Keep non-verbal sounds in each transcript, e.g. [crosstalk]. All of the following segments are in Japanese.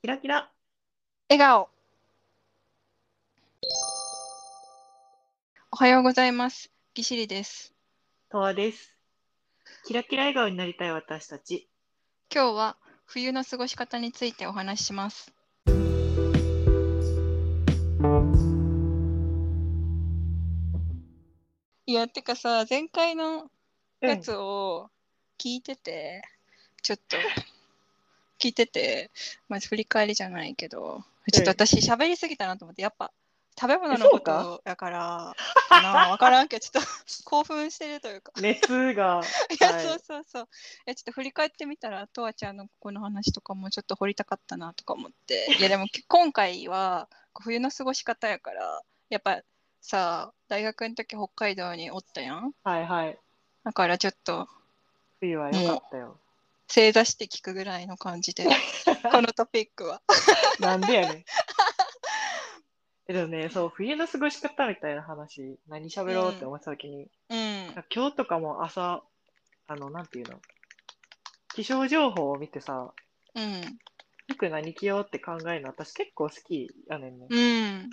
キラキラ。笑顔。おはようございます。ぎしりです。とわです。キラキラ笑顔になりたい私たち。今日は冬の過ごし方についてお話しします。いや、てかさ、前回のやつを聞いてて、ちょっと聞いてて、まあ、振り返りじゃないけど、ちょっと私喋りすぎたなと思って、やっぱ食べ物えのそこうかとやから、かなわからんけど、ちょっと興奮してるというか。 [laughs] 熱が。いや、はいそうそうそう。いや、ちょっと振り返ってみたら、とわちゃんのここの話とかもちょっと掘りたかったなとか思って。いや、でも今回は冬の過ごし方やから、やっぱさ、大学の時北海道におったやん。はいはい。だからちょっと冬は良かったよ。正座して聞くぐらいの感じで、このトピックは。なんでやねん。えでもね、そう、冬の過ごし方みたいな話、何喋ろうって思ってた時に、うん。今日とかも朝、あの、なんていうの、気象情報を見てさ、うん。服何着ようって考えるの、私結構好きやねんね。うん。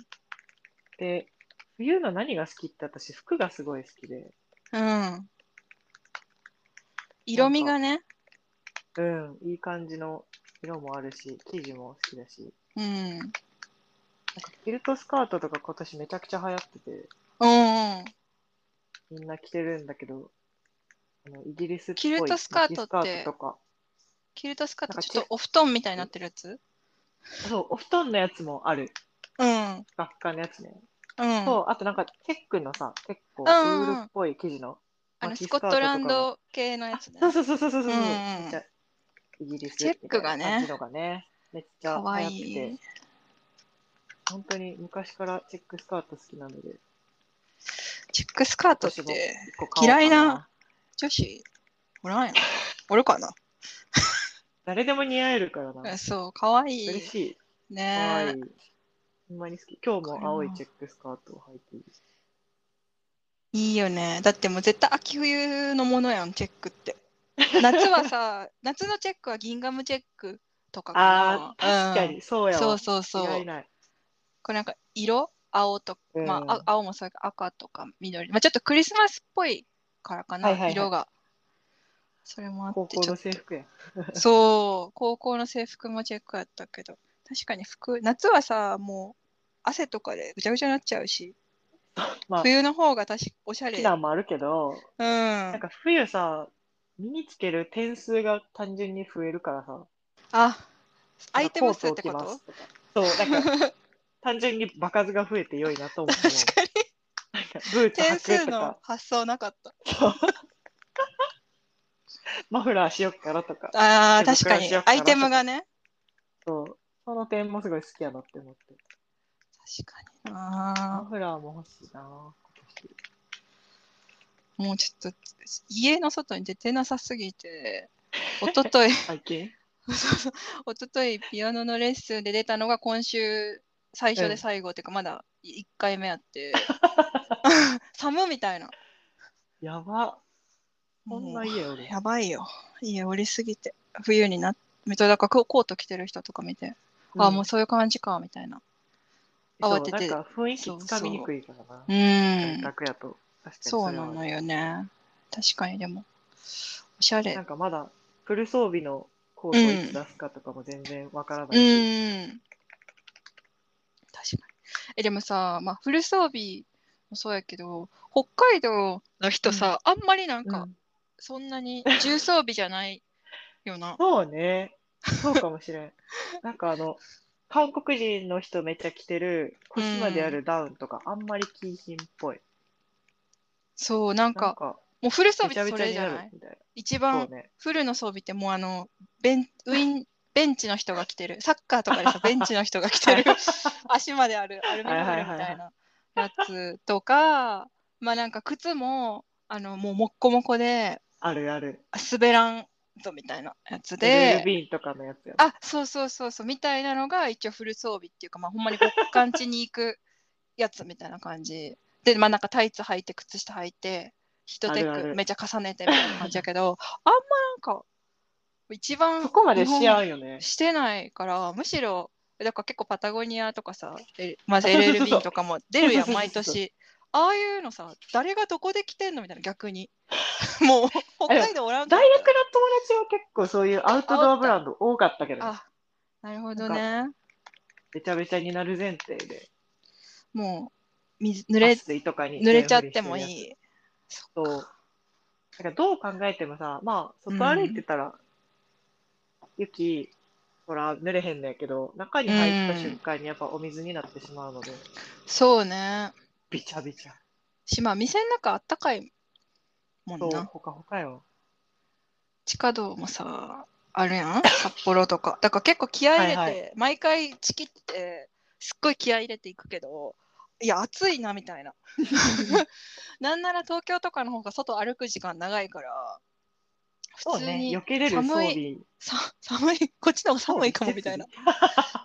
で、冬の何が好きって私、服がすごい好きで。うん。色味がね。うん、いい感じの色もあるし、生地も好きだし、うん。キルトスカートとか今年めちゃくちゃ流行ってて、うんうん。みんな着てるんだけど、あのイギリスっぽいキルトスカートってナイキスカートとか、キルトスカーなんかト、ちょっとお布団みたいになってるやつそう、お布団のやつもある。うん。ふかふかのやつね。うん。そう、あとなんかチェックのさ、結構ウうんうんールっぽい生地の。あの巻きススカコートッとかがトランド系のやつね。そうそうそうそうそうそう。うんうんめっちゃイギリスチェックがねみたいな感じのがね、めっちゃかわ流行いっていて、。本当に昔からチェックスカート好きなので、チェックスカートっ私もて一個買おうか嫌いな。女子 [laughs] おらんやろおるかな誰でも似合えるからな。えそう、かわいい。嬉しい。かわねいい。ほんまに好き。今日も青いチェックスカートを履いている。いいよね。だってもう絶対秋冬のものやん、チェックって。夏は [laughs] さ、夏のチェックはギンガムチェックとかあかあ、確な。かうんに、そうやわ。そうそうそう。違いない。これなんか色青と、うんまああ、青もそうやけど赤とか緑、まあ、ちょっとクリスマスっぽいからかな、はいはいはい色がそれもあ高って校ちょのっ制服や。とそう高校の制服もチェックやったけど確かに服夏はさもう汗とかでぐちゃぐちゃになっちゃうし、まあ、冬の方が確かおしゃれ避難もあるけど、うんなんか冬さ、身につける点数が単純に増えるからさ。あアイテム数なっんかてコこートをと着ますとかそう、なん [laughs] か、単純に場数が増えて良いなと思う。確か [laughs] に。ブーツ [laughs] 点履数くとのか、発想なかったマフラーしよっかなとか。あー手確袋かしにようかアなイテムがねそう。その点もすごい好きやなって思って。確かになマフラーも欲しいな今年もうちょっと家の外に出てなさすぎて、おと [laughs] とい、最近おとといピアノのレッスンで出たのが今週最初で最後っていうか、まだ1回目あ [laughs] って、寒みたいな。やば。こんもなう家おる。やばいよ。家おりすぎて、冬になっ水戸だからコート着てる人とか見て、ああ、もうそういう感じか、みたいな。うん慌てそてうなんか雰囲気つかみにくいからな。う感ん、覚やと。確かにそうれはなあるのよね。確かに、でも、おしゃれなん。かまだフル装備のコートをいつ出すかとかも全然わからないし、うん。確かに。え、でもさ、まあ、フル装備もそうやけど、北海道の人さ、あんまりなんうん。か、そんなに重装備じゃないよなそうね。そうかもしれん。 [laughs] なんかあの、韓国人の人めっちゃ着てる腰まであるダウンとかあんまり着いひんっぽい。そう、なんなん [laughs] か、か、もうフル装めち備ゃっめちゃてそれにじゃななるいみたい一な。そう番ね。フルの装備ってもうあの、ベ [laughs] ン、ウィン、ベンチの人が着てる、サッカーとかでさ、ベンチの人が着 [laughs] てる、足まであるアルミホイルみたいなやつとか、まあなんか靴も、あの、もうもっこもこで、あるある。滑らんぞみたいなやつで、ルで、ビーンとかのやつや。あそうそうそうそうみたいなのが一応フル装備っていうか、まあ、ほんまに極寒地に行くやつみたいな感じで、まあ、なんかタイツ履いて靴下履いて一テあるあッる [laughs] クめっちゃ重ねてみたいな感じやけどあんまなんか一番そこまで日本し合うよね。してないからむしろだから結構パタゴニアとかさえまず LLB とかも出るや [laughs] んそうそうそう毎年ああいうのさ誰がどこで来てんのみたいな逆に [laughs] もう北海道おらんかっ大学の友達は結構そういうアウトドアブランド多かったけどた、あなるほどねべちゃべちゃになる前提で、もう水濡れ水とかに濡れちゃってもい。いいそう。なんかどう考えてもさ、まあ、外歩いてたら、雪、ほら、濡れへんねんけど、中に入った瞬間にやっぱお水になってしまうので、そうねびちゃびちゃ。しまあ店の中あったかいもそんう、なほかほかよ。地下道もさあるや [laughs] ん札幌とかだから結構気合い入れて、はい毎回チキってすっごい気合い入れていくけどいや暑いなみ [laughs] たいななんなら東京とかの方が外歩く時間長いからそ普う通ね、に避けれる装寒い備。さ寒いこっちの方が寒いかもみたいな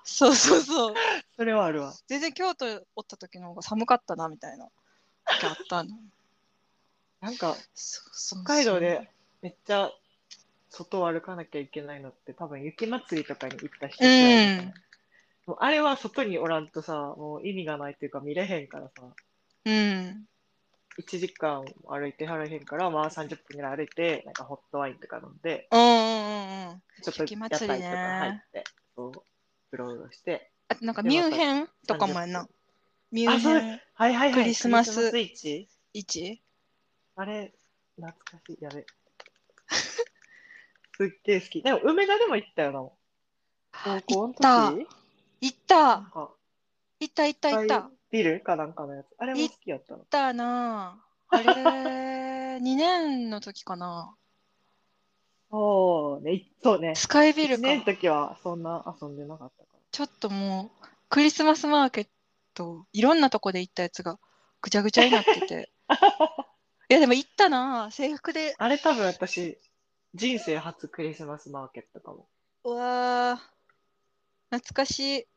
そう。そうそうそうそれはあるわ。全然京都おった時の方が寒かったなみ [laughs] たいな時あったのなんか、そうそうそう北海道でめっちゃ外を歩かなきゃいけないのって、多分雪祭りとかに行った人くらいだからうんもうあれは外におらんとさ、もう意味がないっていうか見れへんからさ。うん1時間歩いてはらへんから、まあ30分ぐらい歩いて、なんかホットワインとか飲んで、うんうんうんうんちょっと雪屋祭台とりかね入って、そう、うろうろして。あとなんかミュンヘンとかもやん30な分。ミュンヘあンはいはいはい。クリスマスクイッチ市あれ、懐かしい。や [laughs] べ。すっげえ好き。でも、梅田でも行ったよな。もう高校の時行行ったなんか、行った行った行った行っビルかなんかのやつ。あれも好きやったの。たなああれ2年の時かなそうね、いそうね。スカイビル1年のか時はそんな遊んでなかったかちょっともうクリスマスマーケットいろんなとこで行ったやつがぐちゃぐちゃになってて [laughs] いやでも行ったなあ制服で [laughs] ら。あれ多分私、人生初クリスマスマーケットかも。うわあ懐かしい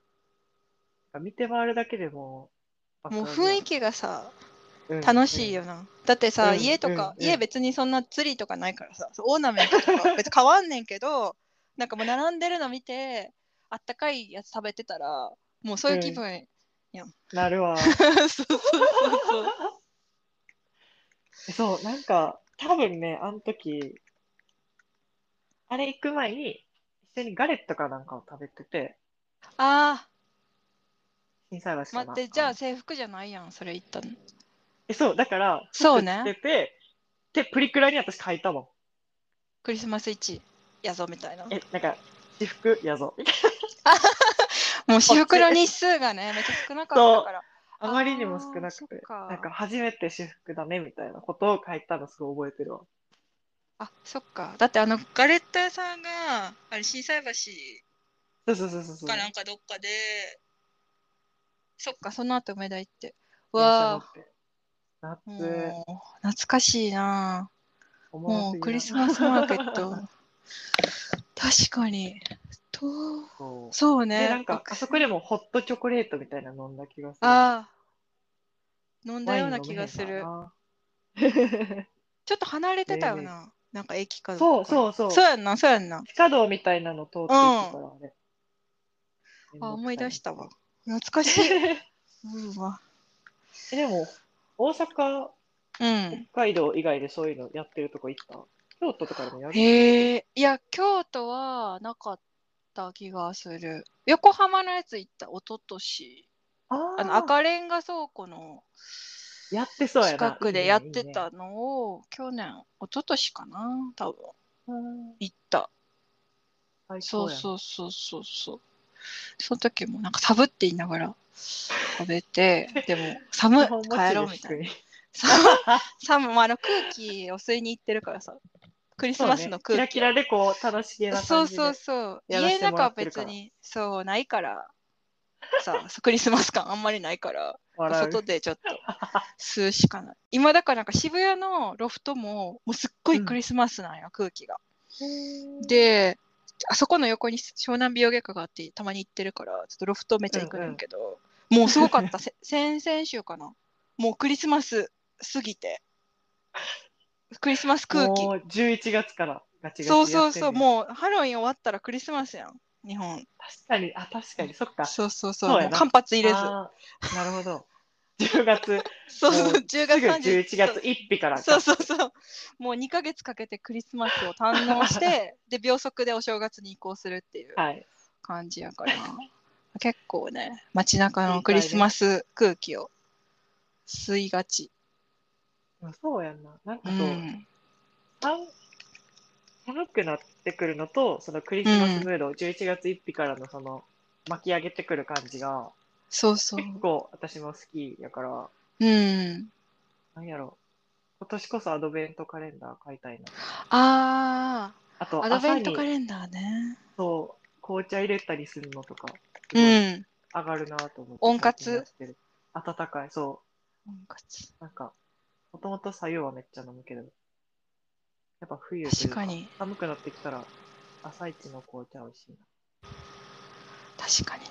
見て回るだけでももう雰囲気気がさ楽しいよ、な。だってさ、うん家とうか、んうん家別にそんなツリーとかないからさ、オーナメントと [laughs] か別に変わんねんけど、なんかもう並んでるの見て、あったかいやつ食べてたら、もうそういう気分、うんなるわ [laughs] [laughs] そうそうそうそう。そうなんか多分ねあの時あれ行く前に一緒にガレットかなんかを食べててあ心斎橋あ、かな待って、じゃあ制服じゃないやん、それ言ったの。えそうだからそう作ってね、てでプリクラに私書いたもクリスマスイチやぞみたいな。 [laughs] んえなんか私服やぞもう私服の日数がね、めっちゃ少なかったから。 [laughs] あまりにも少なあーそくってかなんか初めて私服だねみたいなことを書いたのすごい覚えてるわあ、そっか。だってあの、ガレット屋さんが、あれ、心斎橋。そうそうそうそうそうかなんかどっかで、そっかその後梅田行って電車乗わあって夏もう懐かしいな思わもずうやクリスマスマーケッ [laughs] ト確かにとそうそうねで、なんか、あそこでもホットチョコレートみたいなの飲んだ気がする。あー飲んだワイよンうのなお店気がするかな。ちょっと離れてたよねな、なんか駅か [laughs] そうそうそそうう。そうやんなそうやんな地下道みたいなの通っていくから、あれ。あ思い出した [laughs] わ。懐かしい、えうわでも、大阪、うん北海道以外でそういうのやってるとこ行った京都とかでもやるへえいや京都はなかった気がする横浜のやつ行った一昨年あーあの赤レンガ倉庫のやってそうやな。近くでやってたいのを去年一昨年かな多分いね。いいね行ったうん最そ高うやんそうそうそうそうその時もなんかサブって言いながら食べてでも寒 [laughs] い基本持ちで帰ろうみ [laughs] たいな低寒寒い、まあ、あの空気を吸いに行ってるからさクリスそうマねスのキ空ラ気キをラでこう、楽しげな感そうじで。そうそうやら家せのても中らはってるか別らにそうないから [laughs] さクリスマス感あんまりないから笑う外でちょっと吸うしかない今だからなんか渋谷のロフトももうすっごいクリスマスなんよ、空気がであそこの横に湘南美容外科があってたまに行ってるからちょっとロフトめっちゃ行くねんけど、もうすごかったせ [laughs] 先々週かなもうクリスマス過ぎてクリスマス空気もう11月から。ガチガチそうそうやそっう、てんねんもうハロウィン終わったらクリスマスやん、日本。確かに、あ、確かに、そっか。そうそうそそうう、やもうな間髪入れず。あーなるほど。10月、そうそう、もう10す月ぐ30 11月1日からか。そうそうそう。もう2ヶ月かけてクリスマスを堪能 [laughs] して、で、秒速でお正月に移行するっていうはい。感じやから。結構ね、街中のクリスマス空気を吸いがち。まあそうやんな。なんかうそう、ん。寒寒くなってくるのと、そのクリスマスムード、11月1日からのその巻き上げてくる感じが、そうそう。結構私も好きやから、うん。なんやろ。今年こそアドベントカレンダー買いたいな。あああ、と、アドベント朝カにレンダーね。そう紅茶入れたりするのとか、すうごいん。上がるなと思って。温最活近やってる温かい、そう。温活なんか、もともと左右はめっちゃ飲むけど、やっぱ冬とい確うかに、寒くなってきたら、朝一の紅茶美味しいな。確かにな。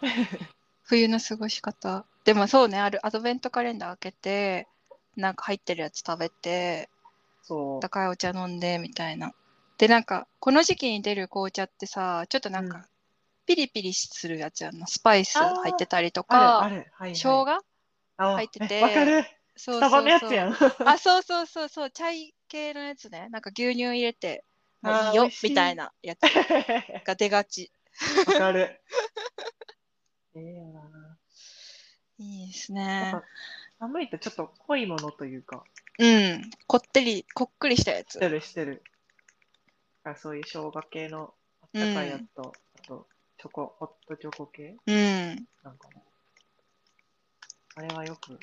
[laughs] 冬の過ごし方。でもそうね、あるアドベントカレンダー開けて、なんか入ってるやつ食べて、そう。高いお茶飲んでみたいな。でなんかこの時期に出る紅茶ってさちょっとなんうんかピリピリするやつやんなスパイスあー入ってたりとあかる、ある。はい、はい。生姜あ入っててえわかる。そスうそタうそバうのやつ [laughs] やん。あそうそうそうそうチャイ系のやつねなんか牛乳入れてもういいあー美よ味しいみたいなやつが出がちわか [laughs] る。ええよな。いいですやっねぱ寒いとちょっと濃いものというか、うんこってりこっくりしたやつしてるしてる。だからそういう生姜系のあったかいやつと、あと、チョコ、ホットチョコ系うんなんかね。あれはよく。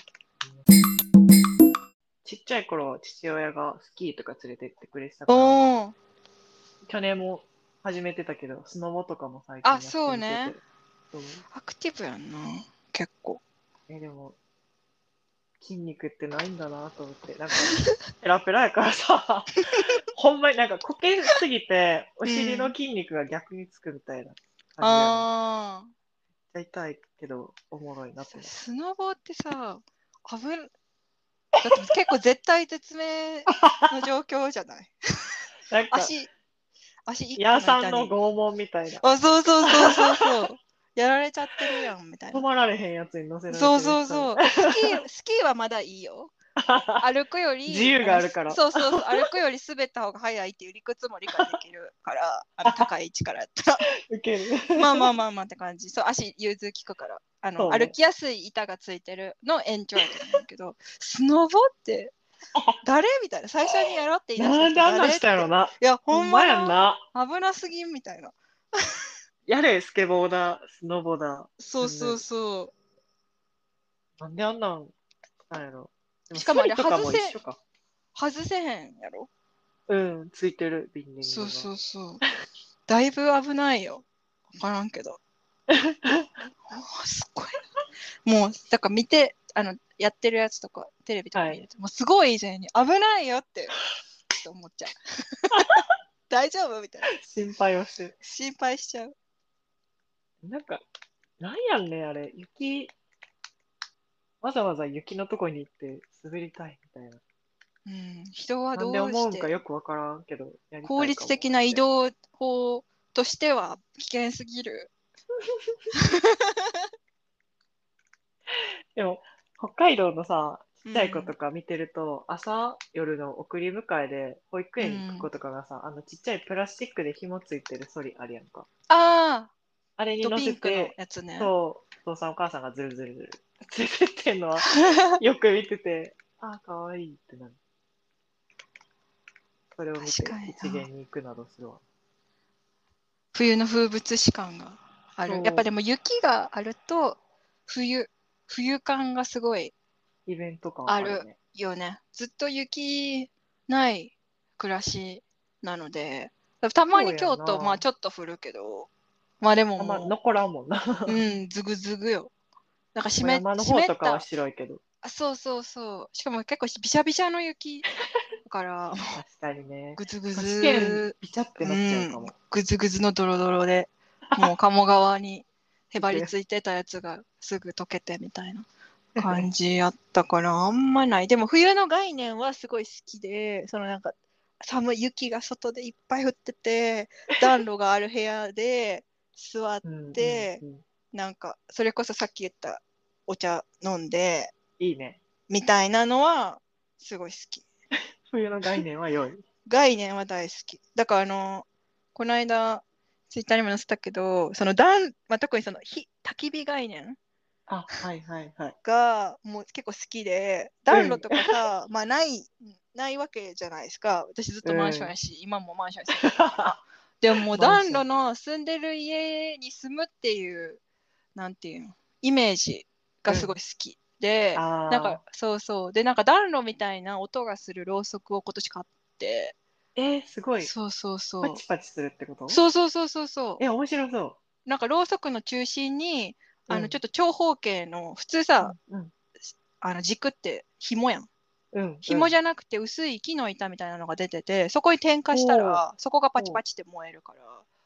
ちっちゃい頃、父親がスキーとか連れてってくれてたから、おお去年も始めてたけど、スノボとかも最近あやってみててそうね。そうアクティブやんな結構え、でも、筋肉ってないんだなと思って、なんか、 [laughs] ペラペラやからさ、 [laughs] ほんまになんかこけすぎて、お尻の筋肉が逆につくみたいな感ああじで、めっちゃ痛いけど、おもろいなってさ思って。スノボーってさ危んだって結構絶対絶命の状況じ [laughs] ゃないなんか、足足一個のヤー板さんにの拷問みたいな。あそうそうそうそうそう [laughs] やられちゃってるやんみたい止なまられへんやつに乗せられてるそうそうそうスキースキーはまだい [laughs] いよ歩くより自由があるからそうそうそう歩くより滑った方が早いっていう理屈も理解できるからあの高い位置からやったら受ける。まあまあまあまあって感じ。そう足融通きくから。あその、うね歩きやすい板がついてるの延長やと思うけど、スノ [laughs] ボって誰みたいな。最初にやろうって言い出なんであんなんしたやろな。な。いや、ほほんんままややんな。な。危なすぎんみたいな。やれ、スケボーだ、スノボだ。そうそうそなんであんなんしたんやろ。でしかもあれスリとかも外せ一緒か。う。外せへんやろ。うん、ついてる、ビンディングが。そうそうそう。だいぶ危ないよ。わからんけど。おーすごい。もう、だから見て、あの、やってるやつとか、テレビとか見ると、もうすごい以前に危ないよって、ちょっと思っ [laughs] ちゃう。大丈夫みたいな。心配をしてる。心配しちゃう。なんか、なんやんね、あれ。雪、わざわざ雪のとこに行って滑りたいみたいな。うん、人はなどんでう思うしんかてよくわからんけど、やりたいかも効率的な移動法としては危険すぎる。でも、北海道のさ、ちっちゃい子うんとか見てると、朝、夜の送り迎えで、保育園に行く子とかがさ、あのちっちゃいプラスチックで紐ついてるソリあるやんか。ああれあ、にド乗ピせンクのて、やつね。そう、お父さんお母さんがズルズルズル。連れてってんの [laughs] は、よく見てて、ああ、かわいいってなる。それを見て確かにな、一元に行くなどするわ。冬の風物詩感があそるうやっぱでも雪があると冬冬感がすごいイベント感はよね。よねずっと雪ない暮らしなのでたまにそうや京な都まあちょっと降るけどまあでもあんまも残らんもんな。う、うん、ずぐずぐよなんか湿っ山の湿方っとかたは白いけど。あそうそうそうしかも結構びしゃびしゃの雪だから [laughs] 確かにね。ぐずぐ試験ず、ピチャってなっちゃうかも。ぐずぐずのドロドロで、もう鴨川にへばりついてたやつがすぐ溶けてみたいな感じやったから、あんまない。でも冬の概念はすごい好きで、そのなんか寒い雪が外でいっぱい降ってて暖炉がある部屋で座っうんでうんうんなんかそれこそさっき言ったお茶飲んでいいね。みたいなのはすごい好き。冬の概念は良い。概念は大好き。だからあの、この間、ツイッターにも載せたけど、その暖、まあ、特にその火、焚き火概念あ、はいはい [laughs] はい。がもう結構好きで、暖炉とかさ、まあない、ないわけじゃないですか。私ずっとマンションやし、今もマンションやし。でももうマンショ暖ン炉の住んでる家に住むっていう、なんていうの、イメージがすごい好き。で、あなんかそうそう。で、なんか暖炉みたいな音がするろうそくを今年買って、ーえー、すごい。そうそうそう。パチパチするってことそうそうそうそうそ。え、面白そうなんかろうそくの中心に、う。あのちょっと長方形の普通さ、うん、うん。あの軸って紐やん。うん。紐じゃ、ゃなくて薄い木の板みたいなのが出てて、そこに点火したらそこがパチパチって燃えるから、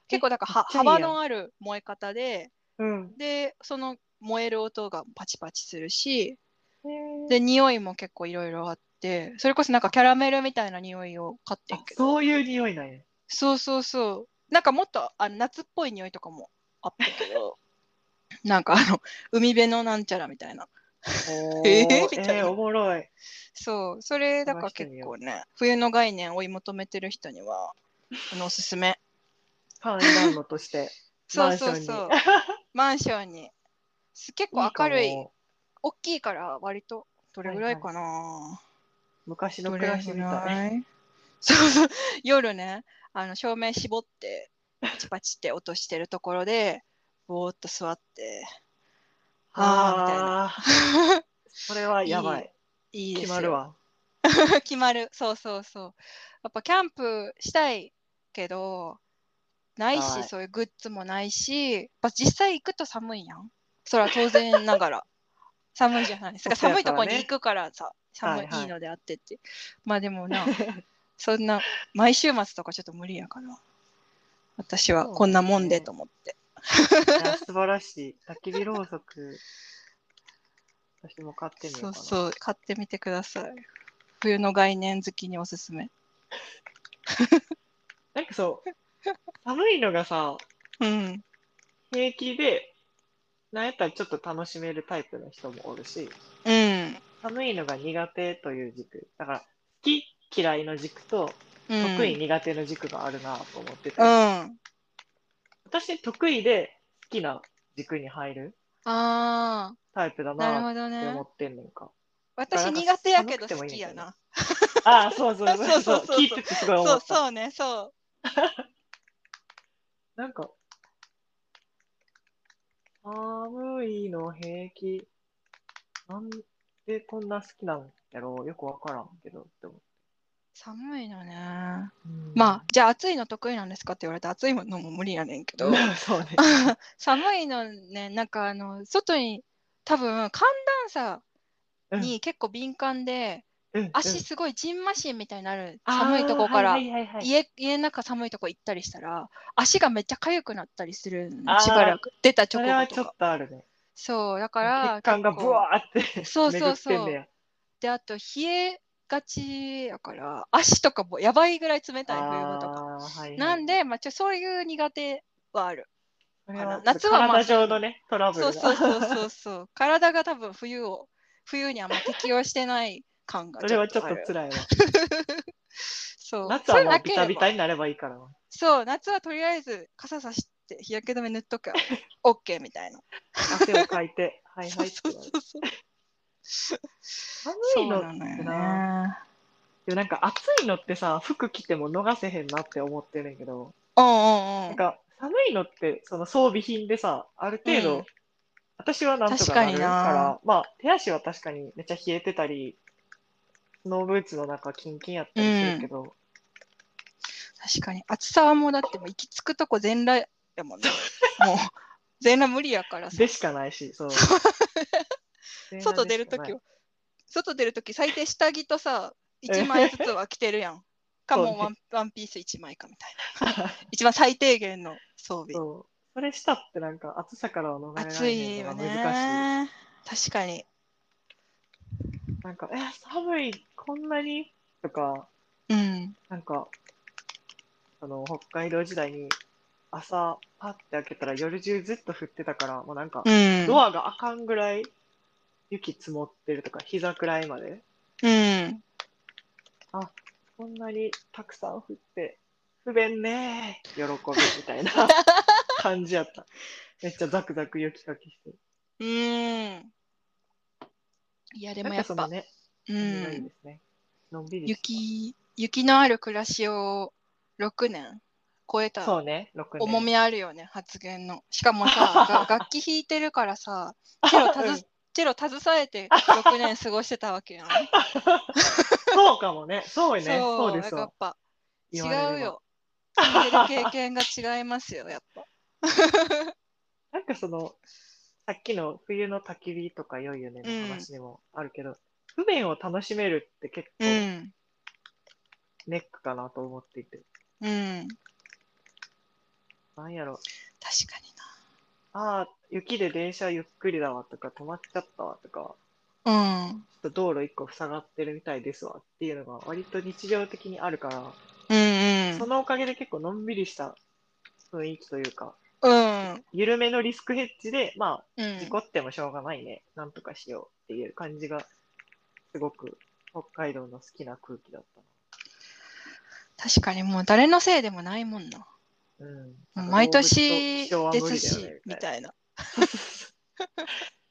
結構なんかはめっちゃいいやん幅のある燃え方で、うん。でその燃える音がパチパチするし、えで匂いも結構いろいろあって、それこそなんかキャラメルみたいな匂いを買ってんけど、そういう匂いなんや。そうそうそう。なんかもっとあの夏っぽい匂いとかもあったけど、 [laughs] なんかあの海辺のなんちゃらみたいな。おえーみえたいなーおもろい。そう、それだから結構ね、冬の概念を追い求めてる人には、あのおすすめ。ファンダンのと [laughs] して。そうそうそう。 [laughs] マンションに。す結構明るい、大きいから割と、どれぐらいかな。昔のど暮れらしぐみたい。らいそうそう、夜ね、あの照明絞って、パチパチって落としてるところで、ぼーっと座って、あああー、ーみたいな。それはやばい。いいですよ決まる。わ。 [laughs] 決まる。そうそうそう。やっぱキャンプしたいけど、ないし、はいそういうグッズもないし、やっぱ実際行くと寒いやん。それは当然 [laughs] ながら。寒いじゃないですか。そうや寒かいとらねこに行くからさ、は寒い,、いいはいい、のであってって。まあでも [laughs] な、そんな、毎週末とかちょっと無理やから。私はこんなもんでと思って。いや素晴らしい。焚き火ろうそく。私も買ってみようかそうな。そう、買ってみてください。冬の概念好きにおすすめ。なんかそう、寒いのがさ、うん。平気で、なんやったらちょっと楽しめるタイプの人もおるし、うん。寒いのが苦手という軸。だから、好き嫌いの軸と、うん得意。苦手の軸があるなと思ってて、うん。私得意で好きな軸に入るあタイプだあ、ななっるほてどね思。ってんのか。私なんか苦手やけ寒くどても好いいんきややけどな。ああ、そうそうそそううそそううそう聞いててすごい思そうった。そうね、そなんか、寒いの平気。なんでこんな好きなんやろうよくわからんけどって思う。う。寒いのね。うんまあ、じゃあ暑いの得意なんですかって言われたら暑いのも無理やねんけど。そうね。 [laughs] 寒いのね、なんかあの、外に、多分寒暖差に結構敏感で、うんうん足すごいじんましんみたいになる。寒いとこから。あーはいはいはいはい家家の中寒いとこ行ったりしたら足がめっちゃ痒くなったりするのあーしばらく出たそ直れは後ちょとっかとあるね。そうだから血管が結ブ構ワーってそうそうそう巡ってんねやであと冷えがちやから足とかもやばいぐらい冷たい冬場あとかーはいはいなんで、まあ、ちょそういう苦手はあるそれは夏はまあ体上のね、トラブルそうが。そうそうそうそう体が多分冬を冬にあんま適応してない感がそれはちょっあとる辛いわ。そう夏はそれもうなビければタビタになればいいからな。そう夏はとりあえず傘さして日焼け止め塗っ [laughs] とけ OK みたいな汗をかいて、はいそはういってそうなる。そうそう寒そいうのなっのてよな。ねでもなんか暑いのってさ、服着ても逃せへんなって思ってるんやけど、うんうんうなんんか寒いのってその装備品でさ、ある程度、うん私はなんとかなる確かにかなら、まあ手足は確かにめっちゃ冷えてたり、スノーブーツの中キンキンやったりするけど、確かに暑さはもうだってもう行き着くとこ全裸やもんね [laughs] もう全裸無理やからさでしかないし、そう。外出るときはは外出るとき最低下着とさ1枚ずつは着てる [laughs] やんかもうワンワンピース1枚かみたいな一番最低限の装 [laughs] 備そう。それしたってなんか暑さからは逃れら暑れないいのがよ難しね確かにい。なんか、え、寒い、こんなにとか、うん。なんか、あの、北海道時代に朝パッて開けたら夜中ずっと降ってたから、もうなんか、うん。ドアが開かんぐらい雪積もってるとか、膝くらいまで。うん。こんなにたくさん降って、不便ねー喜びみたい [laughs] な感じやった。めっちゃザクザク雪かきして。うん。いや、でなもんやかっそぱ、のね、ういいん。ですね。のんびりして雪、雪のある暮らしを6年超えたそうね、6年。重みあるよね、発言の。しか [laughs] もさ、が楽器弾いてるからさ、チェロたず、うんチェロ携えて6 [laughs] 年過ごしてたわけやん。そうかもね。そうね。そうですやっわ。ぱ違言われればうよ。住んでる経験が違いますよ、やっ [laughs] ぱ。なんかその、さっきの冬の焚き火とか良いよねの話にもあるけど、不便を楽しめるって結う構ん。ネックかなと思っていて。うん。なんやろ、確かにああ、雪で電車ゆっくりだわとか、止まっちゃったわとか、な。うん。ちょっと道路一個塞がってるみたいですわっていうのが割と日常的にあるから、うんそのおかげで結構のんびりした雰囲気というか、うん。うん。緩めのリスクヘッジで、まうあ、事ん故。ってもしょうがないね、なんとかしようっていう感じが、すごく北海道の好きな空気だった確かにもう誰のせいでもないもんな。な。うん。なんか毎動物と年人はで無す理だよねし、みみたいな。たいな。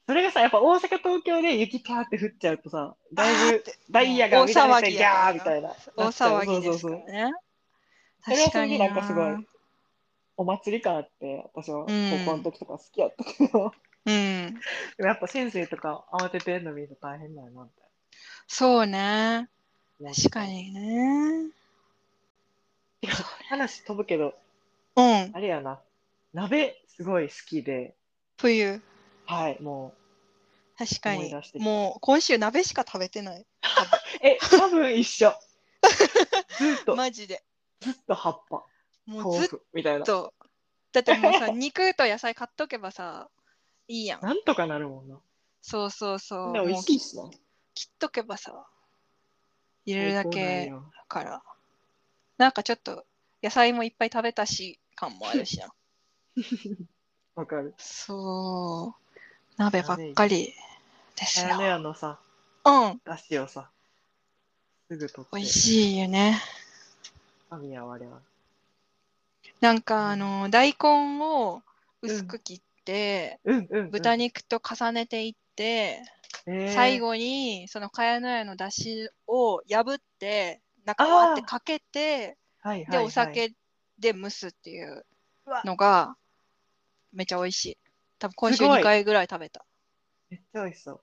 それがさ、やっぱ大阪、東京で雪パーって降っちゃうとさ、だいぶダイヤがもう乱れて大騒ぎギやかャらーみたいな。大騒ぎなでっちすゃうそうそうかそう。らね。それはそれでなんか確すにごい、お祭り感あって、私はうん高校の時とか好きやったけど、うん。 [laughs] でもやっぱ先生とか慌ててんの見ると大変だよな、みたいそうね。な。確か。にね。話飛ぶけど、うん。あれやな、鍋すごい好きで、冬。はい、も確か思いに出して。きたもう今週鍋しか食べてない。う、え、多分一 [laughs] 緒。ずっと、マジで。ずっと葉っぱ、もうず豆っ腐みたいな。と。だってもうさ、 [laughs] 肉と野菜買っとけばさ、いいやん。なんとかなるもんな。そうそうそう。でも美味もうし切いしな。切っとけばさ、入れるだ最け高なんよだから。なんかちょっと野菜もいっぱい食べたし、感もあ [laughs] るしな。わかる。そう。鍋ばっかりですあよや。のやのさ、うん。だしをさ、すぐ取って。美味しいよね。神や我々。なんか、うんあの大根を薄く切って、うんうん。豚に、肉と重ねていって、えー最。後にその茅野屋の出汁を破って中をあってあーかけてはいはいはい、でお酒で蒸すっていうのがめっちゃ美味しい多分今週すごい2回ぐらい食べためっちゃ美味しそう。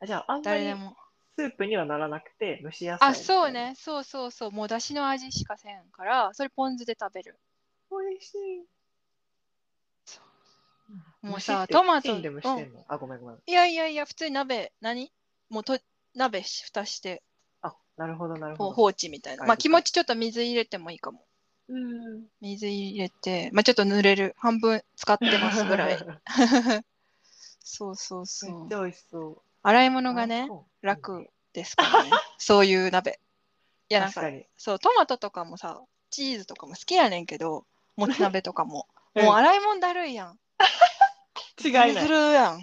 あじゃあ、あんま誰りでもスープにはならなくて、蒸し野菜。あそう。ねそうそうそうもう出汁の味しかせんからそれポン酢で食べる美味しい。そんもう蒸しさってトマトチンで蒸してんの、あ、ごめんごめん。いやいやいや普通に鍋何もうと鍋し蓋してあ、なるほどなるほほ放ど。置みたいなはいまあ気持ちちょっと水入れてもいいかもうん。水入れて、まあ、ちょっと濡れる半分使ってますぐ [laughs] らいめっそうそうそうちゃ美味しそう。洗い物がねあ、そううん楽ですか [laughs] らねそういう鍋いやなん確かかに。そうトマトとかもさチーズとかも好きやねんけどもつ鍋とかも [laughs] うんもう洗い物だるいやん違いずるないず。るやん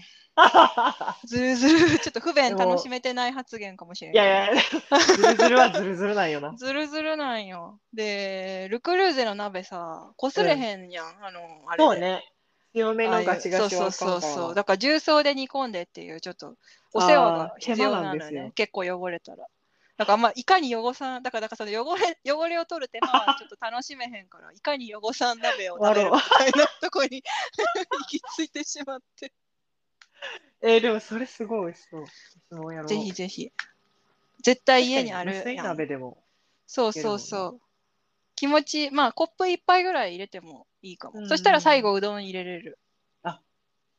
ずるずるちょっと不便でも楽しめてない発言かもしれ [laughs] いんけどやいや、ずるずるはずるずるないよ [laughs] な。ずるずるなんよでルクルーゼの鍋さこすれへんやん、あのあれでそうね。強めのガチガチああいはうあそうそかからなうんそうそうだから重曹で煮込んでっていうちょっとお世話が必要なあー手間なんのでよすねよ結構汚れたらだからあんまいかに汚さんだからだからその汚れ [laughs] 汚れを取る手間はちょっと楽しめへんからいかに汚さん鍋を食べるみたいなとこに [laughs] 行き着いてしまってえーでもそれすごい美味しそう。そうやろうぜひぜひ絶対家にあ確かにる無水やん鍋でも。そうけるもそんうねそう気持ちまあコップ一杯ぐらい入れてもいいかも、うんそしたら最後うどん入れれるあ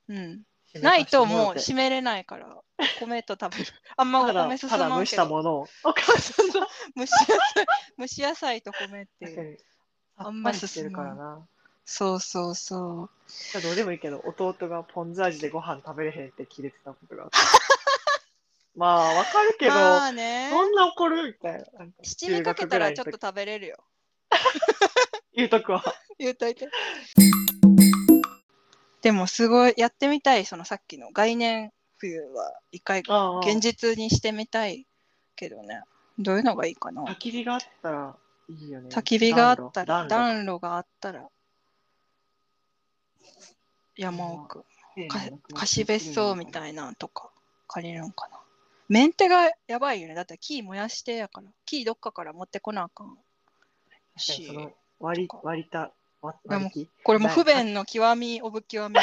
うんないとも締う閉めめれないから、米と [laughs] 食べる。あんまおた米だ進たまだ蒸んしけたど。ものを。お母さんだ。 [laughs] 蒸し野菜、蒸し野菜と米ってい確かう。に。ああんんまま進りむしてるからな。そうそうそう。じゃあ [laughs] どうでもいいけど、弟がポン酢味でご飯食べれへんって切れてたことがあっまあ、わかるけど、まあねそんな怒るみたいななんか。七味かけたらちょっと食べれるよ言うとくわ。言うといてでもすごいやってみたいそのさっきの概念冬は一回ああ現実にしてみたいけどねどういうのがいいかな焚き火があったらいいよね。焚き火があったら暖炉暖炉暖炉があったら山奥か貸別荘みいたいなんとか借りるんかなメンテがやばいよねだって木燃やしてやから木どっかから持ってこなあかんな。確かにしその割りとか割りた割でも割り木これも不便の極みオブ [laughs] 極み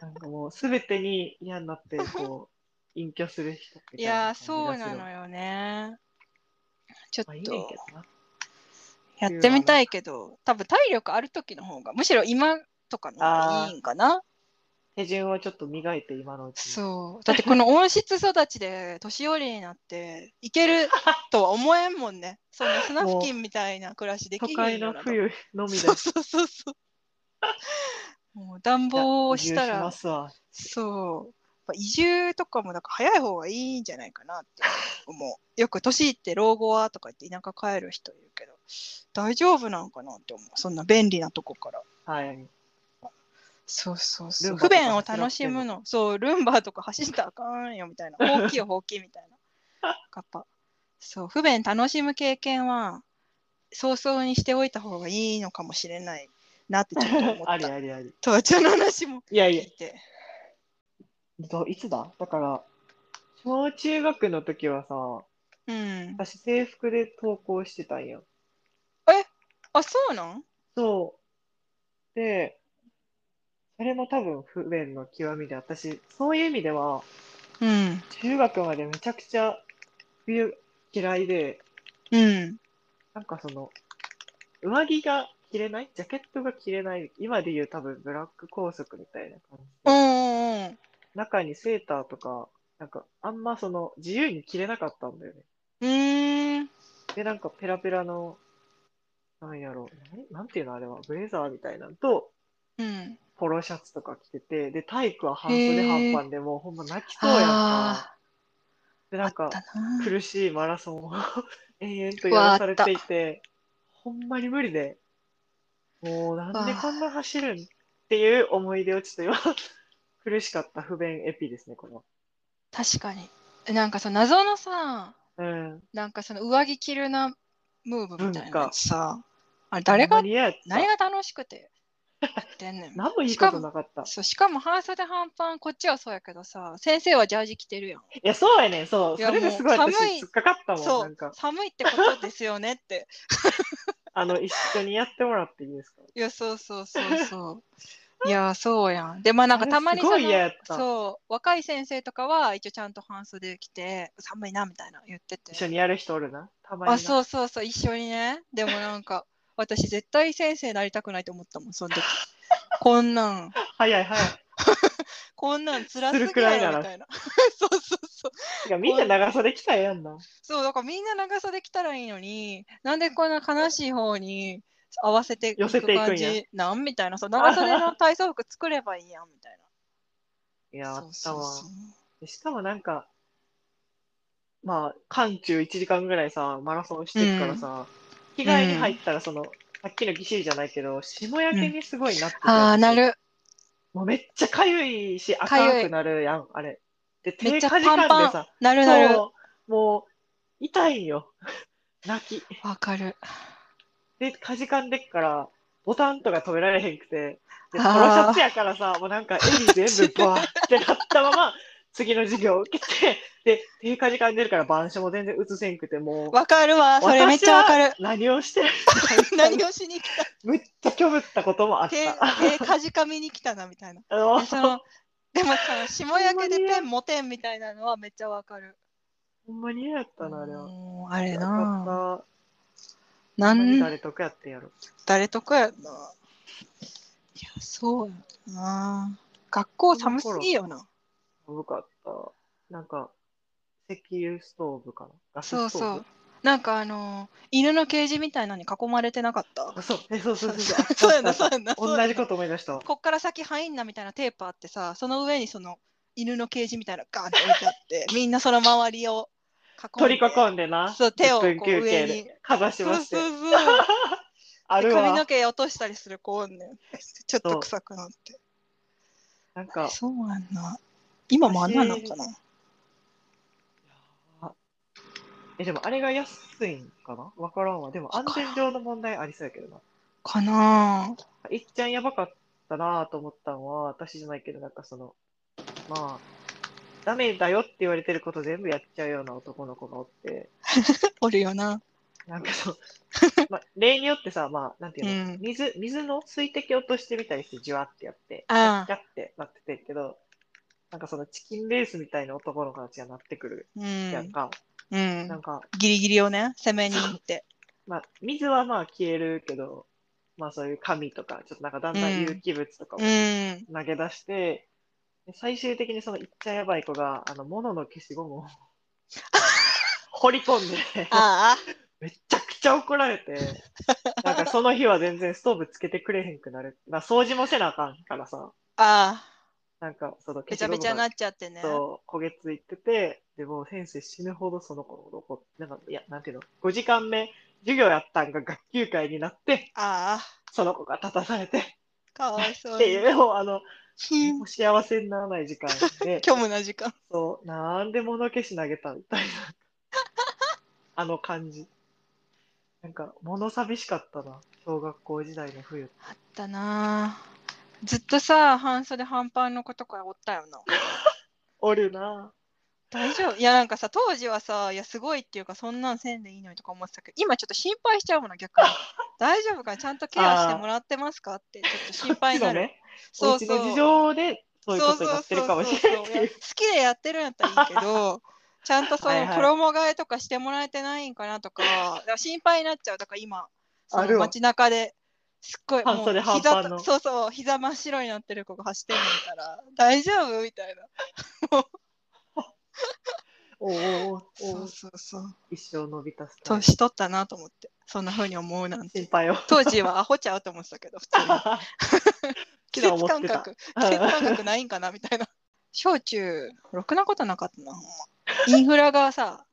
なんかもうすべてに嫌になってこう隠居する人みたいいな感やーじがそうなするのよねちょっまあいいねんとけどな。やってみたいけど多分体力ある時の方がむしろ今とかの方がいいんかな手順をちょっと磨いて今のうちに。そう。だってこの温室育ちで年寄りになっていけるとは思えんもんね。そんな砂付近みたいな暮らしでき都ひん会よのな冬のみでそうそうそうそう。 [laughs] もう暖房をした移住しらま、すわそう。やっぱ移住とかもなんか早い方がいいんじゃないかなって思う。 [laughs] よく年いって老後はとか言って田舎帰る人いるけど、大丈夫なんかなって思う。そんな便利なとこから。はい。そうそうそルう。ンバ不とか便を楽しむの。そう、ルンバとか走ったらあかんよみたい [laughs] な。ほうきよ、ほうきみたいな。やっぱ、そう、不便楽しむ経験は、早々にしておいた方がいいのかもしれないなってちょっと思あっりた。ありあり。とわちゃんの話もいやい聞やい、て。えっといつだだから、小中学の時はさ、うん。私制服で登校してたんよ。あ、そうなんそう。で、それも多分不便の極みで、私、そういう意味では、うん。中学までめちゃくちゃ冬嫌いで、うん。なんかその、上着が着れないジャケットが着れない今で言う多分ブラック校則みたいな感じうで、んうん中にセーターとか、なんかあんまその自由に着れなかったんだよね。うん。うーん。で、なんかペラペラの、なんやろう、なんなんていうのあれは、ブレザーみたいなのと、うん。ポロシャツとか着てて、で、体育は半袖へー半パンでもうほんま泣きそうやんか。あで、ーなあんかったな。苦しいマラソンを [laughs] 延々とやらされていて、ほんまに無理で、もうなんでこんな走るんっていう思い出をちょっと今、 [laughs] 苦しかった不便エピですね、この。確かに。なんかその謎のさ、うん。なんかその上着着るなムーブみたいな文や化つさ、あれ誰が、何何何が楽しくてやってんねん。何もいいしこかともなかった。いそうしかも半袖半パン、こっちはそうやけどさ、先生はジャージ着てるやん。や、そうやねん、そう。いやそれですごいもう私、寒い突っかかったもん、そなんうか、。寒いってことですよ [laughs] ねって。あの、一緒にやってもらっていいですかいや、そうそうそうそう。いや、そうやん。で、まあなんかたまにあれすそごい嫌やのったそう若い先生とかは一応ちゃんと半袖着て、寒いなみたいな言ってて。一緒にやる人おるな。たまにな。あ、そうそうそう、一緒にね。でもなんか、 [laughs] 私絶対先生になりたくないと思ったもん、その時。こんなん、早い早い。こんなん辛すするぎくらいなやろらみたいな。 [laughs] そうそうそう。てかみんな長袖着たらええやんな。そう、だからみんな長袖着たらいいのに、なんでこんな悲しい方に合わせてい寄せていくんや感じなんみたいな。そう、長袖の体操服作ればいいやん、みたいいや、な。あそうったそうわそう。。でしかもなんか、まあ、間中1時間ぐらいさ、マラソンしてるからさ、着替えに入ったら、その、さっきのぎしりじゃないけど、霜焼けにすごいなってて、ああ、なる。もうめっちゃかゆいし、赤かゆいくなるやん、あれ。で、め手っちゃかじかんでパンさ、なるなる。そう、もう、痛いんよ。 [laughs] 泣き。わかる。で、かじかんでっから、ボタンとか止められへんくて、で、ポロシあーャツやからさ、もうなんか、襟全 [laughs] 部バーってなったまま、次の授業を受けて、で、手かじかんでるから、板書も全然映せんくて、もう、わかるわ。それめっちゃわかる。何をしてる [laughs] 何をしに来むっちゃ虚無ったこともあたった手。手かじかみに来たな、みたいな。あのでそのでもその霜焼けでほんまにペン持てんみたいなのはめっちゃわかる。ほんまに嫌やったな、あれは。うんあれな。ななあ。ん誰とかやってんやろ。誰とかやな。いやそうやな。学校寒すぎよな。寒かった。なんか、石油ストーブかな。ガスそうストそーうブ。。なんかあの犬のケージみたいなのに囲まれてなかったあ。そう、え、そうそうそうそう。あ [laughs] そうやなあったそうやな。そう同やなじこと思い出したわ。こっから先入んなみたいなテープあってさ、その上にその犬のケージみたいなのガーンって置いてあって、みんなその周りを囲ん取で。り囲んでな。そう手をこう10分休上憩にでかざしましてそう。そうそう。あでる髪わの。毛落としたりする子おんねんちょっと臭くなって。なんか、そうなんだ。今もあんなんなんかな。え、でもあれが安いんかなわからんわ。でも安全上の問題ありそうやけどな。かなぁ。いっちゃんやばかったなぁと思ったのは、私じゃないけど、なんかその、まあ、ダメだよって言われてること全部やっちゃうような男の子がおって、おるよな。なんか [laughs] そう、まあ、例によってさ、まあ、なんていうの、うん水、水の水滴落としてみたりして、じわってやって、うんキャッキャッってなっててんけど、なんかそのチキンレースみたいな男の子たちがなってくるうやんん。か、うなんん。か、ギリギリをね、攻めに行って。まあ、水はまあ消えるけど、まあそういう紙とか、ちょっとなんかだんだん有機物とかもうん。投げ出して、で最終的にそのいっちゃやばい子が、あの、物の消しゴム [laughs] を掘り込んで、ああ。めちゃくちゃ怒られて、 [laughs] なんかその日は全然ストーブつけてくれへんくなる。まあ掃除もせなあかんからさ、ああ。なんかその消べちゃしゴべムちゃにながっちゃってね。そう焦げついてて、でもう先生死ぬほどその子のこと怒って、なんか、いや、なんていうの、5時間目、授業やったんが学級会になって、あその子が立たされて、あ。かわいそうっに。ていう、もうあの、うんもう幸せにならない時間 [laughs]、で虚無な時間。そう、なんで物消し投げたみたいな、 [laughs] あの感じ。なんか、物寂しかったな、小学校時代の冬。あったなぁ。ずっとさ、半袖半パンの子とかおったよな。おるな大丈夫いやなんかさ当時はさいやすごいっていうかそんなんせんでいいのにとか思ってたけど今ちょっと心配しちゃうもの [laughs] 逆に大丈夫かちゃんとケアしてもらってますかってちょっと心配になるね、そうおそう家の事情で、そういうことになってるかもしれないそっうそうそうてそういやう。好きでやってるんやったらいいけ [laughs] どちゃんとそはいのはい衣替えとかしてもらえてないんかなとか,、だから心配になっちゃうだから今そあるのわ街中ですっごい半もう袖半膝パンのとそうそう膝真っ白になってる子が走ってるの見たら大丈夫みたいな [laughs] おうおうおうそおううそうそう一生伸びたスタイル。年取ったなと思ってそんな風に思うなん心て配を。当時はアホちゃうと思ってたけど普通 [laughs] に昨日季節思っ感てた覚季節感覚ないんかな [laughs] みたいな小中ろくなことなかったなほんまインフラがさ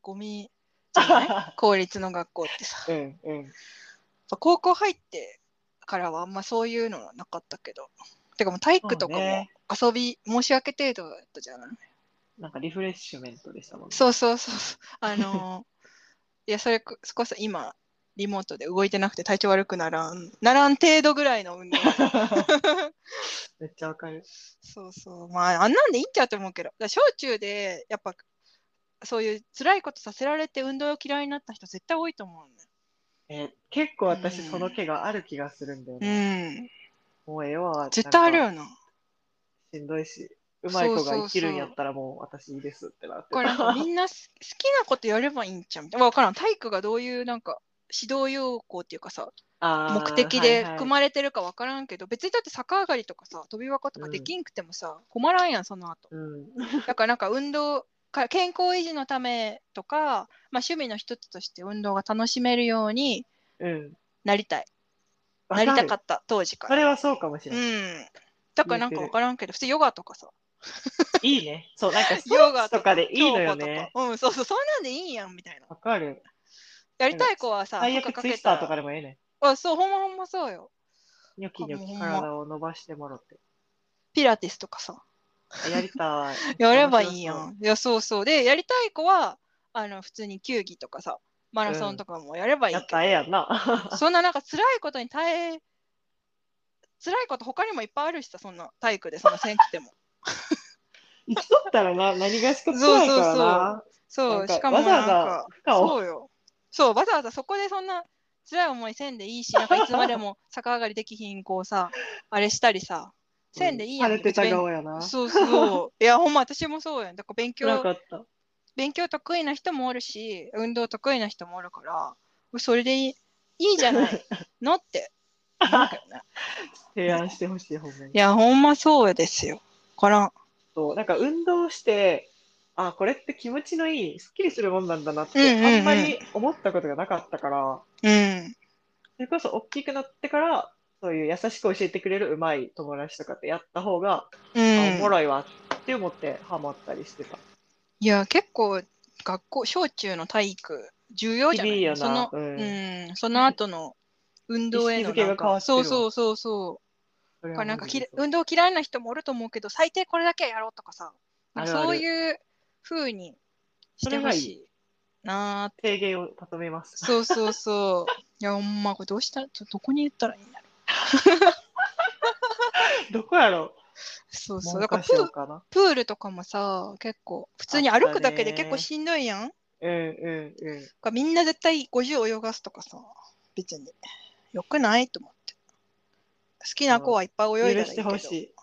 ゴミじゃない [laughs] 公立の学校ってさやっうんうん。ぱ高校入ってからはあんまそういうのはなかったけどてかもう体育とかそうねも遊び申し訳程度だったじゃないなんかリフレッシュメントでしたもんね。そうそう [laughs] そうそう。あのーいや、それこそこそ今、リモートで動いてなくて体調悪くならん、ならん程度ぐらいの運動。 [laughs] めっちゃわかる。そうそう。まあ、あんなんでいいんちゃうと思うけど、だから小中で、やっぱ、そういう辛いことさせられて運動嫌いになった人絶対多いと思えー結構私うんその毛がある気がするんだようね。ね。うん。もうええわ。絶対あるなんかよな。しんどいし、うまい子がそうそうそう生きるんやったらもう私いいですってなってだからなんかみんなす好きなことやればいいんちゃうみたいな。わからん。体育がどういうなんか指導要項っていうかさ、 [laughs] あー目的ではいはい含まれてるか分からんけど、別にだって逆上がりとかさ飛び箱とかできんくてもさ、困らんやんそ [laughs] の後うん。だからなんか運動か健康維持のためとか、まあ、趣味の一つとして運動が楽しめるようにうん。なりたいわなりたかるった当時かそられはそうかもしうれない。んだからなんか分からんけど普通ヨガとかさいいね。そう、なんかスポ [laughs] ヨーガツとかでいいのよね競。歩とかうんそうそうそんなんでいいやんみたいなわかる。やりたい子はさ最負荷悪かツイけスタたーとからでもええねあそうほんまほんまそうよん。ニョキニョほキんま体を伸ばしてもろって。ピラティスとかさ。あやりたい [laughs] やればいいやん。いや、そうそう。で、やりたい子は、あの、普通に球技とかさ、マラソンとかもやればいいやっけたど、らええやんな。 [laughs] そんななんか辛いことに耐え、辛いこと他にもいっぱいあるしさ、そんな体育でそんなせんくても。生きとったらな、何がしか辛いからな。そなんう、かしかもわざなんわざか、負荷をそうよ。そう、わざわざそこでそんな辛い思いせんでいいし、なんかいつまでも [laughs] 逆上がりできひん、こうさ、あれしたりさ、せんでいいやん。晴れてた別に側やな。そうそう。いや、ほんま私もそうやん。だから勉強辛かった。勉強得意な人もおるし運動得意な人もおるからそれでいいいいじゃない [laughs] のって思うけどね提案してほしい、ほんまにい。やほんまそうですよからんそう、なんか運動して、あ、これって気持ちのいい、すっきりするもんなんだなっうんうんうんて、あんまり思ったことがなかったから、うんそれこそ大きくなってから、そういう優しく教えてくれるうまい友達とかってやった方が、あおうもんろいわっって思ってハマったりしてた。いや結構学校小中の体育重要じゃな響いいよなその、うんうんその後の運動への意識づけながん変わかってるそわうそうそうそうこれはだからなんかきマジでそう運動嫌いな人もおると思うけど最低これだけはやろうとかさなんかあるあるそういう風にしてほしいなーって提言を求めます。 [laughs] そうそう [laughs] そういやほんまこれどうしたどどこに言ったらいいんだろうどこやろそううそう文だから科プ省ーかなプールとかもさ結構普通に歩くだけで結構しんどいやんうんうんうん。かみんな絶対50泳がすとかさ別によくないと思って好きな子はいっぱい泳許いだらいいしけてどほしい。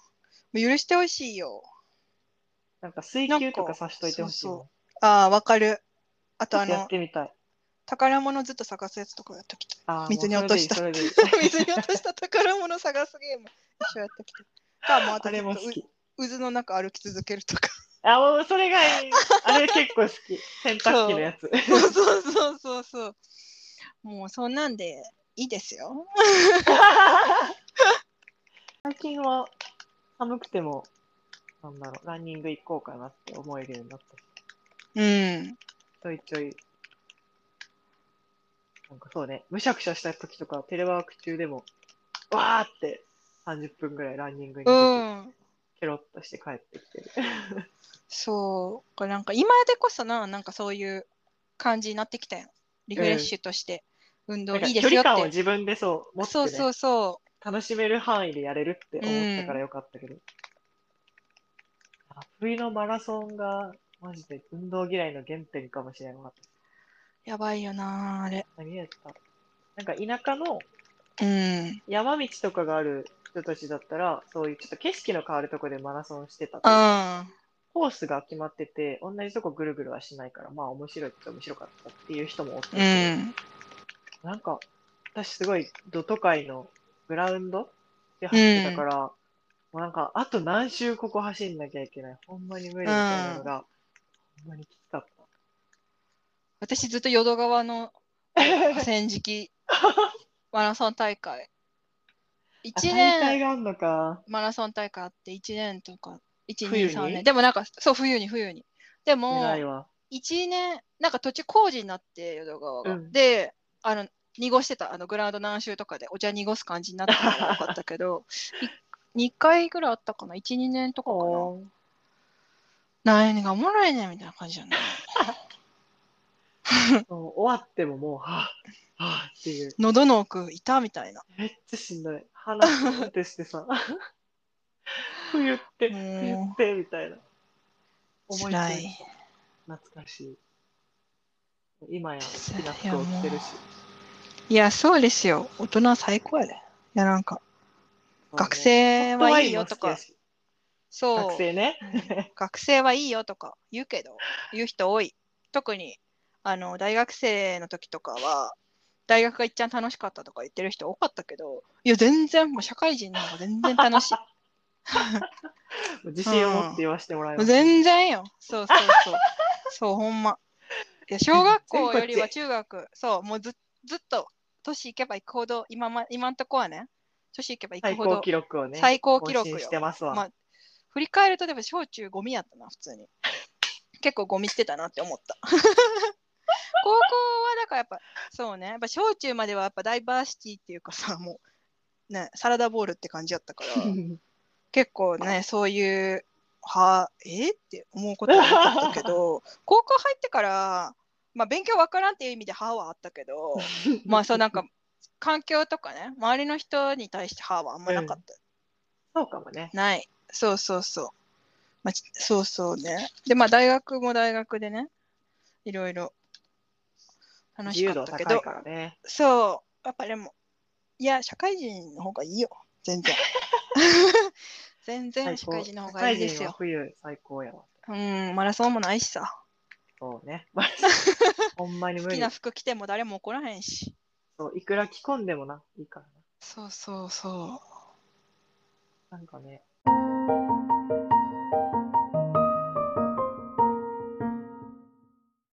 もう許してほしいよなんか水球とかさしといてほしいもん。なんああわかるあちとょあっとやのってみたい。宝物ずっと探すやつとかやっときた [laughs] あー水に落としたもうそれでいい [laughs] それでいいい水に落とした宝物探すゲーム一緒やっときたいかもうあとあずれっとも好き。う渦の中歩き続けるとかあ、もうそれがいい。あれ結構好 [laughs] き。洗濯機のやつ。そうそうそうそうそうもうそんなんでいいですよ最近は寒くても、なんだろう、ランニング行こうかなって思えるようになったしうんちょいちょい。なんかそうね、むしゃくしゃした時とか、テレワーク中でも、わーって30分ぐらいランニングに出うて、んケロッとして帰ってきてる。そうこれなんか今でこそななんかそういう感じになってきたやんリフレッシュとして運動なんかいいで距すよ離っ感をて、自分でそう、持って、ね、そうそうそ楽しめる範囲でやれるって思ったからよかったけど、あ冬のマラソンがマジで運動嫌いの原点かもしれなかっうやばいよなあれた。何やったなんか田舎のうん山道とかがある人たちだったら、そういうちょっと景色の変わるとこでマラソンしてたというかあコースが決まってて、同じとこぐるぐるはしないから、まあ面白いって面白かったっていう人もおったうけどんなんか、私すごい、ド都会のグラウンドで走ってたから、もうなんか、あと何周ここ走んなきゃいけない。ほんまに無理みたいなのが、ほんまにきつかっ私ずっと淀 [laughs] 川のた。河川敷マラソン大会あ1大会年があんのか。マラソン大会あって1年とか冬に123年でもなんかそう冬に冬にでも偉いわ。 1年なんか土地工事になって淀川が、うんであの濁してたあのグラウンド何周とかでお茶濁す感じになったからよかったけ [laughs] ど2回ぐらいあったかな12年とかかなおー何がおもろいねんみたいな感じじゃないそう終わってももう、はぁ、はぁっていう。喉の奥いたみたいなめっちゃしんどい。鼻ふんってしてさ、 [laughs] 冬って、冬もうって、みたいな。辛思いついいた懐かしい。今や好きな服を着てるし。いやそうですよ大人は最高やでいやなんか学ホッ生トはワイいいンもよ好ときやかしそう学生ね。学生はいいよとか言うけど言う人多い特にあの大学生の時とかは大学がいっちゃん楽しかったとか言ってる人多かったけどいや全然もう社会人の方が全然 [laughs] 楽しい自信を持って言わせてもらいもまうす。全然よそうそう [laughs] そうそうほんまいや小学校よりは中学そうもうずずっと年いけばいくほど今,、ま、今んとこはね年いけばいく最ほ高ど記録をね。最高記録更よ新してますわ。まあ、振り返るとでも小中ゴミやったな普通に [laughs] 結構ゴミしてたなって思った [laughs] 高校はだからやっぱそうねやっぱ小中まではやっぱダイバーシティっていうかさもうねサラダボールって感じやったから [laughs] 結構ねそういうはえって思うことはなかったけど高校入ってからまあ勉強わからんっていう意味で歯はあったけどまあそうなんか環境とかね周りの人に対して歯はあんまなかったそうかもね。ない。そうそうそう。まあ、ちそうそうね。で、まあ、大学も大学でね、いろいろ楽自し由かっ度たけ高いどか、らね。そう、やっぱでも、いや、社会人の方がいいよ、[laughs] 全然。全然最社高会人の方がいいで社会す人はよ。冬最高やわ。うん、マラソンもないしさ、そうね。 [laughs] ほんまに好無き理な。服着ても誰も怒らへんし。そういくら着込んでもな、いいからそうそうそな。なんかね、